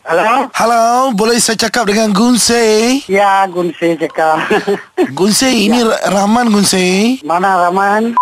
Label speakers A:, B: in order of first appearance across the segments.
A: Hello?
B: Hello, boleh saya cakap dengan Gunsei?
A: Ya, Gun saya cakap.
B: Gunsei, ini Ra- Rahman Gunsei.
A: Mana Rahman?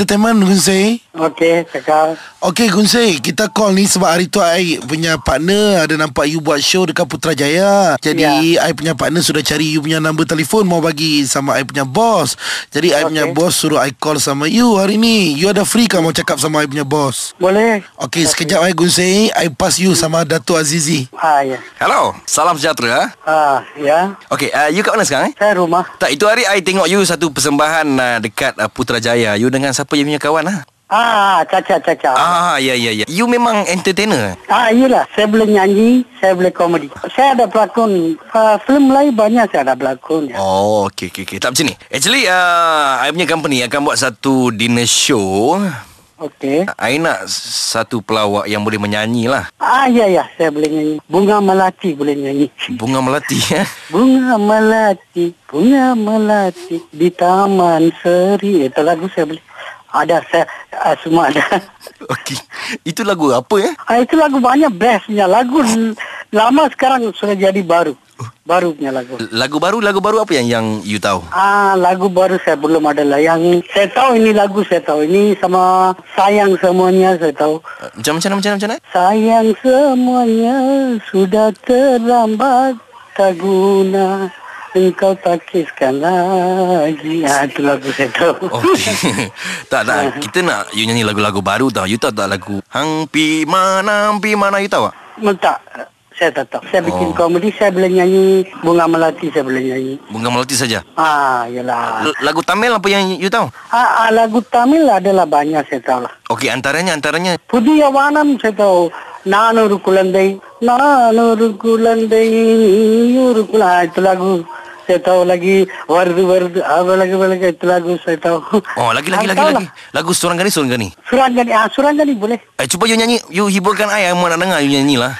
B: Entertainment Gunsei.
A: Okey, cakap.
B: Okey Gunsei, kita call ni sebab hari tu I punya partner ada nampak you buat show dekat Putrajaya. Jadi yeah. I punya partner sudah cari you punya number telefon mau bagi sama I punya boss. Jadi I punya
A: Okey.
B: boss suruh I call sama you hari ni. You ada free ke mau cakap sama I punya boss?
A: Boleh?
B: Okey, sekejap I Gunsei, I pass you sama Dato Azizi.
A: Ha, ya.
C: Hello, salam sejahtera.
A: Ha, ya.
C: Okey, uh, you kat mana sekarang eh?
A: Saya rumah.
C: Tak, itu hari I tengok you satu persembahan uh, dekat uh, Putrajaya. You dengan siapa you punya kawan ah?
A: Ah, caca, caca. Ah.
C: Ah, ya ya ya. You memang entertainer. eh?
A: Ah, iyalah. Saya boleh nyanyi, saya boleh komedi. Saya ada pelakon. Uh, film lain banyak saya ada pelakon. Ya.
C: Oh, okey okey okey. Tak macam ni. Actually, uh, I punya company akan buat satu dinner show.
A: Okey.
C: I nak satu pelawak yang boleh menyanyi lah.
A: Ah, ya, ya. Saya boleh nyanyi. Bunga Melati boleh nyanyi.
C: Bunga Melati eh.
A: Bunga melati, bunga melati di taman seri. Itu lagu saya beli. Ada saya uh, semua ada.
C: Okey. Itu lagu apa ya? Eh?
A: Ah, itu lagu banyak bestnya. Lagu l- lama sekarang sudah jadi baru. Baru punya lagu.
C: Lagu baru, lagu baru apa yang yang you tahu?
A: Ah, lagu baru saya belum ada lah. Yang saya tahu ini lagu saya tahu. Ini sama sayang semuanya saya tahu.
C: Uh, Macam macam mana, macam mana, macam mana?
A: Sayang semuanya sudah terlambat tak guna engkau takiskan lagi. Ah, itu lagu saya tahu.
C: Oh, tak tak. Kita nak you nyanyi lagu-lagu baru tau. You tahu tak lagu Hang pi mana pi mana you tahu tak?
A: Oh. Tak, saya tak tahu. Saya bikin
C: Oh.
A: komedi, saya boleh nyanyi. Bunga Melati saya boleh nyanyi.
C: Bunga Melati saja.
A: Ah, yalah.
C: L- Lagu Tamil apa yang you tahu?
A: Ah, ah, lagu Tamil adalah banyak saya tahu lah.
C: Okey, antaranya antaranya
A: புதிய வானம் செய்தோ நானூறு குழந்தை நானூறு குழந்தை நீயூறு குழந்தை Ah, lagu setahun lagi வருது வருது அவளுக்கு அவளுக்கு itu lagu Ah, setahun
C: Oh, lagi lagi lagi
A: lah.
C: lagi. Lagu Seorang Gani Seorang Gani.
A: surangani ah surangani boleh
C: Eh, cuba you nyanyi, you hiburkan I, I mau nak dengar you nyanyi lah.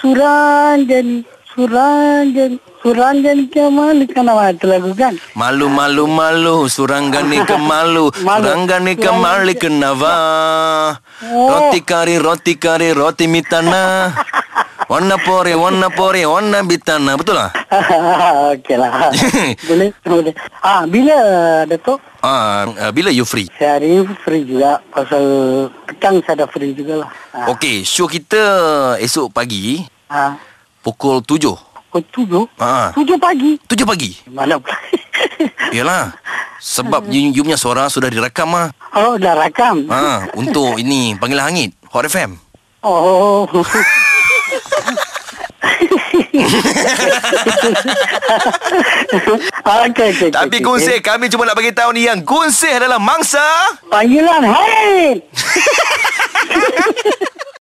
A: surangani surangani surangani kemal kenapa itu lagu kan
C: Malu malu malu Suranggani kemalu
A: Malu.
C: Suranggani kemali kenava
A: Oh.
C: Roti kari roti kari roti mitana Wana pore wana pore wana bitana Betul lah?
A: Ah, okey lah boleh boleh ah bila datuk
C: Ah, uh, bila you free?
A: saya hari free juga pasal petang saya ada free juga lah ah.
C: Okey, show kita esok pagi
A: ah.
C: pukul 7.
A: Pukul tujuh?
C: Ha.
A: Tujuh pagi?
C: 7 pagi.
A: Mana pula?
C: Yalah. Sebab you, you punya suara sudah direkam ah.
A: oh, dah rakam?
C: Ha, untuk ini panggilan hangit Hot FM.
A: Oh. okay, okay,
C: Tapi Gunsih, kami cuma nak bagi tahu ni yang Gunsih adalah mangsa
A: Panggilan Haid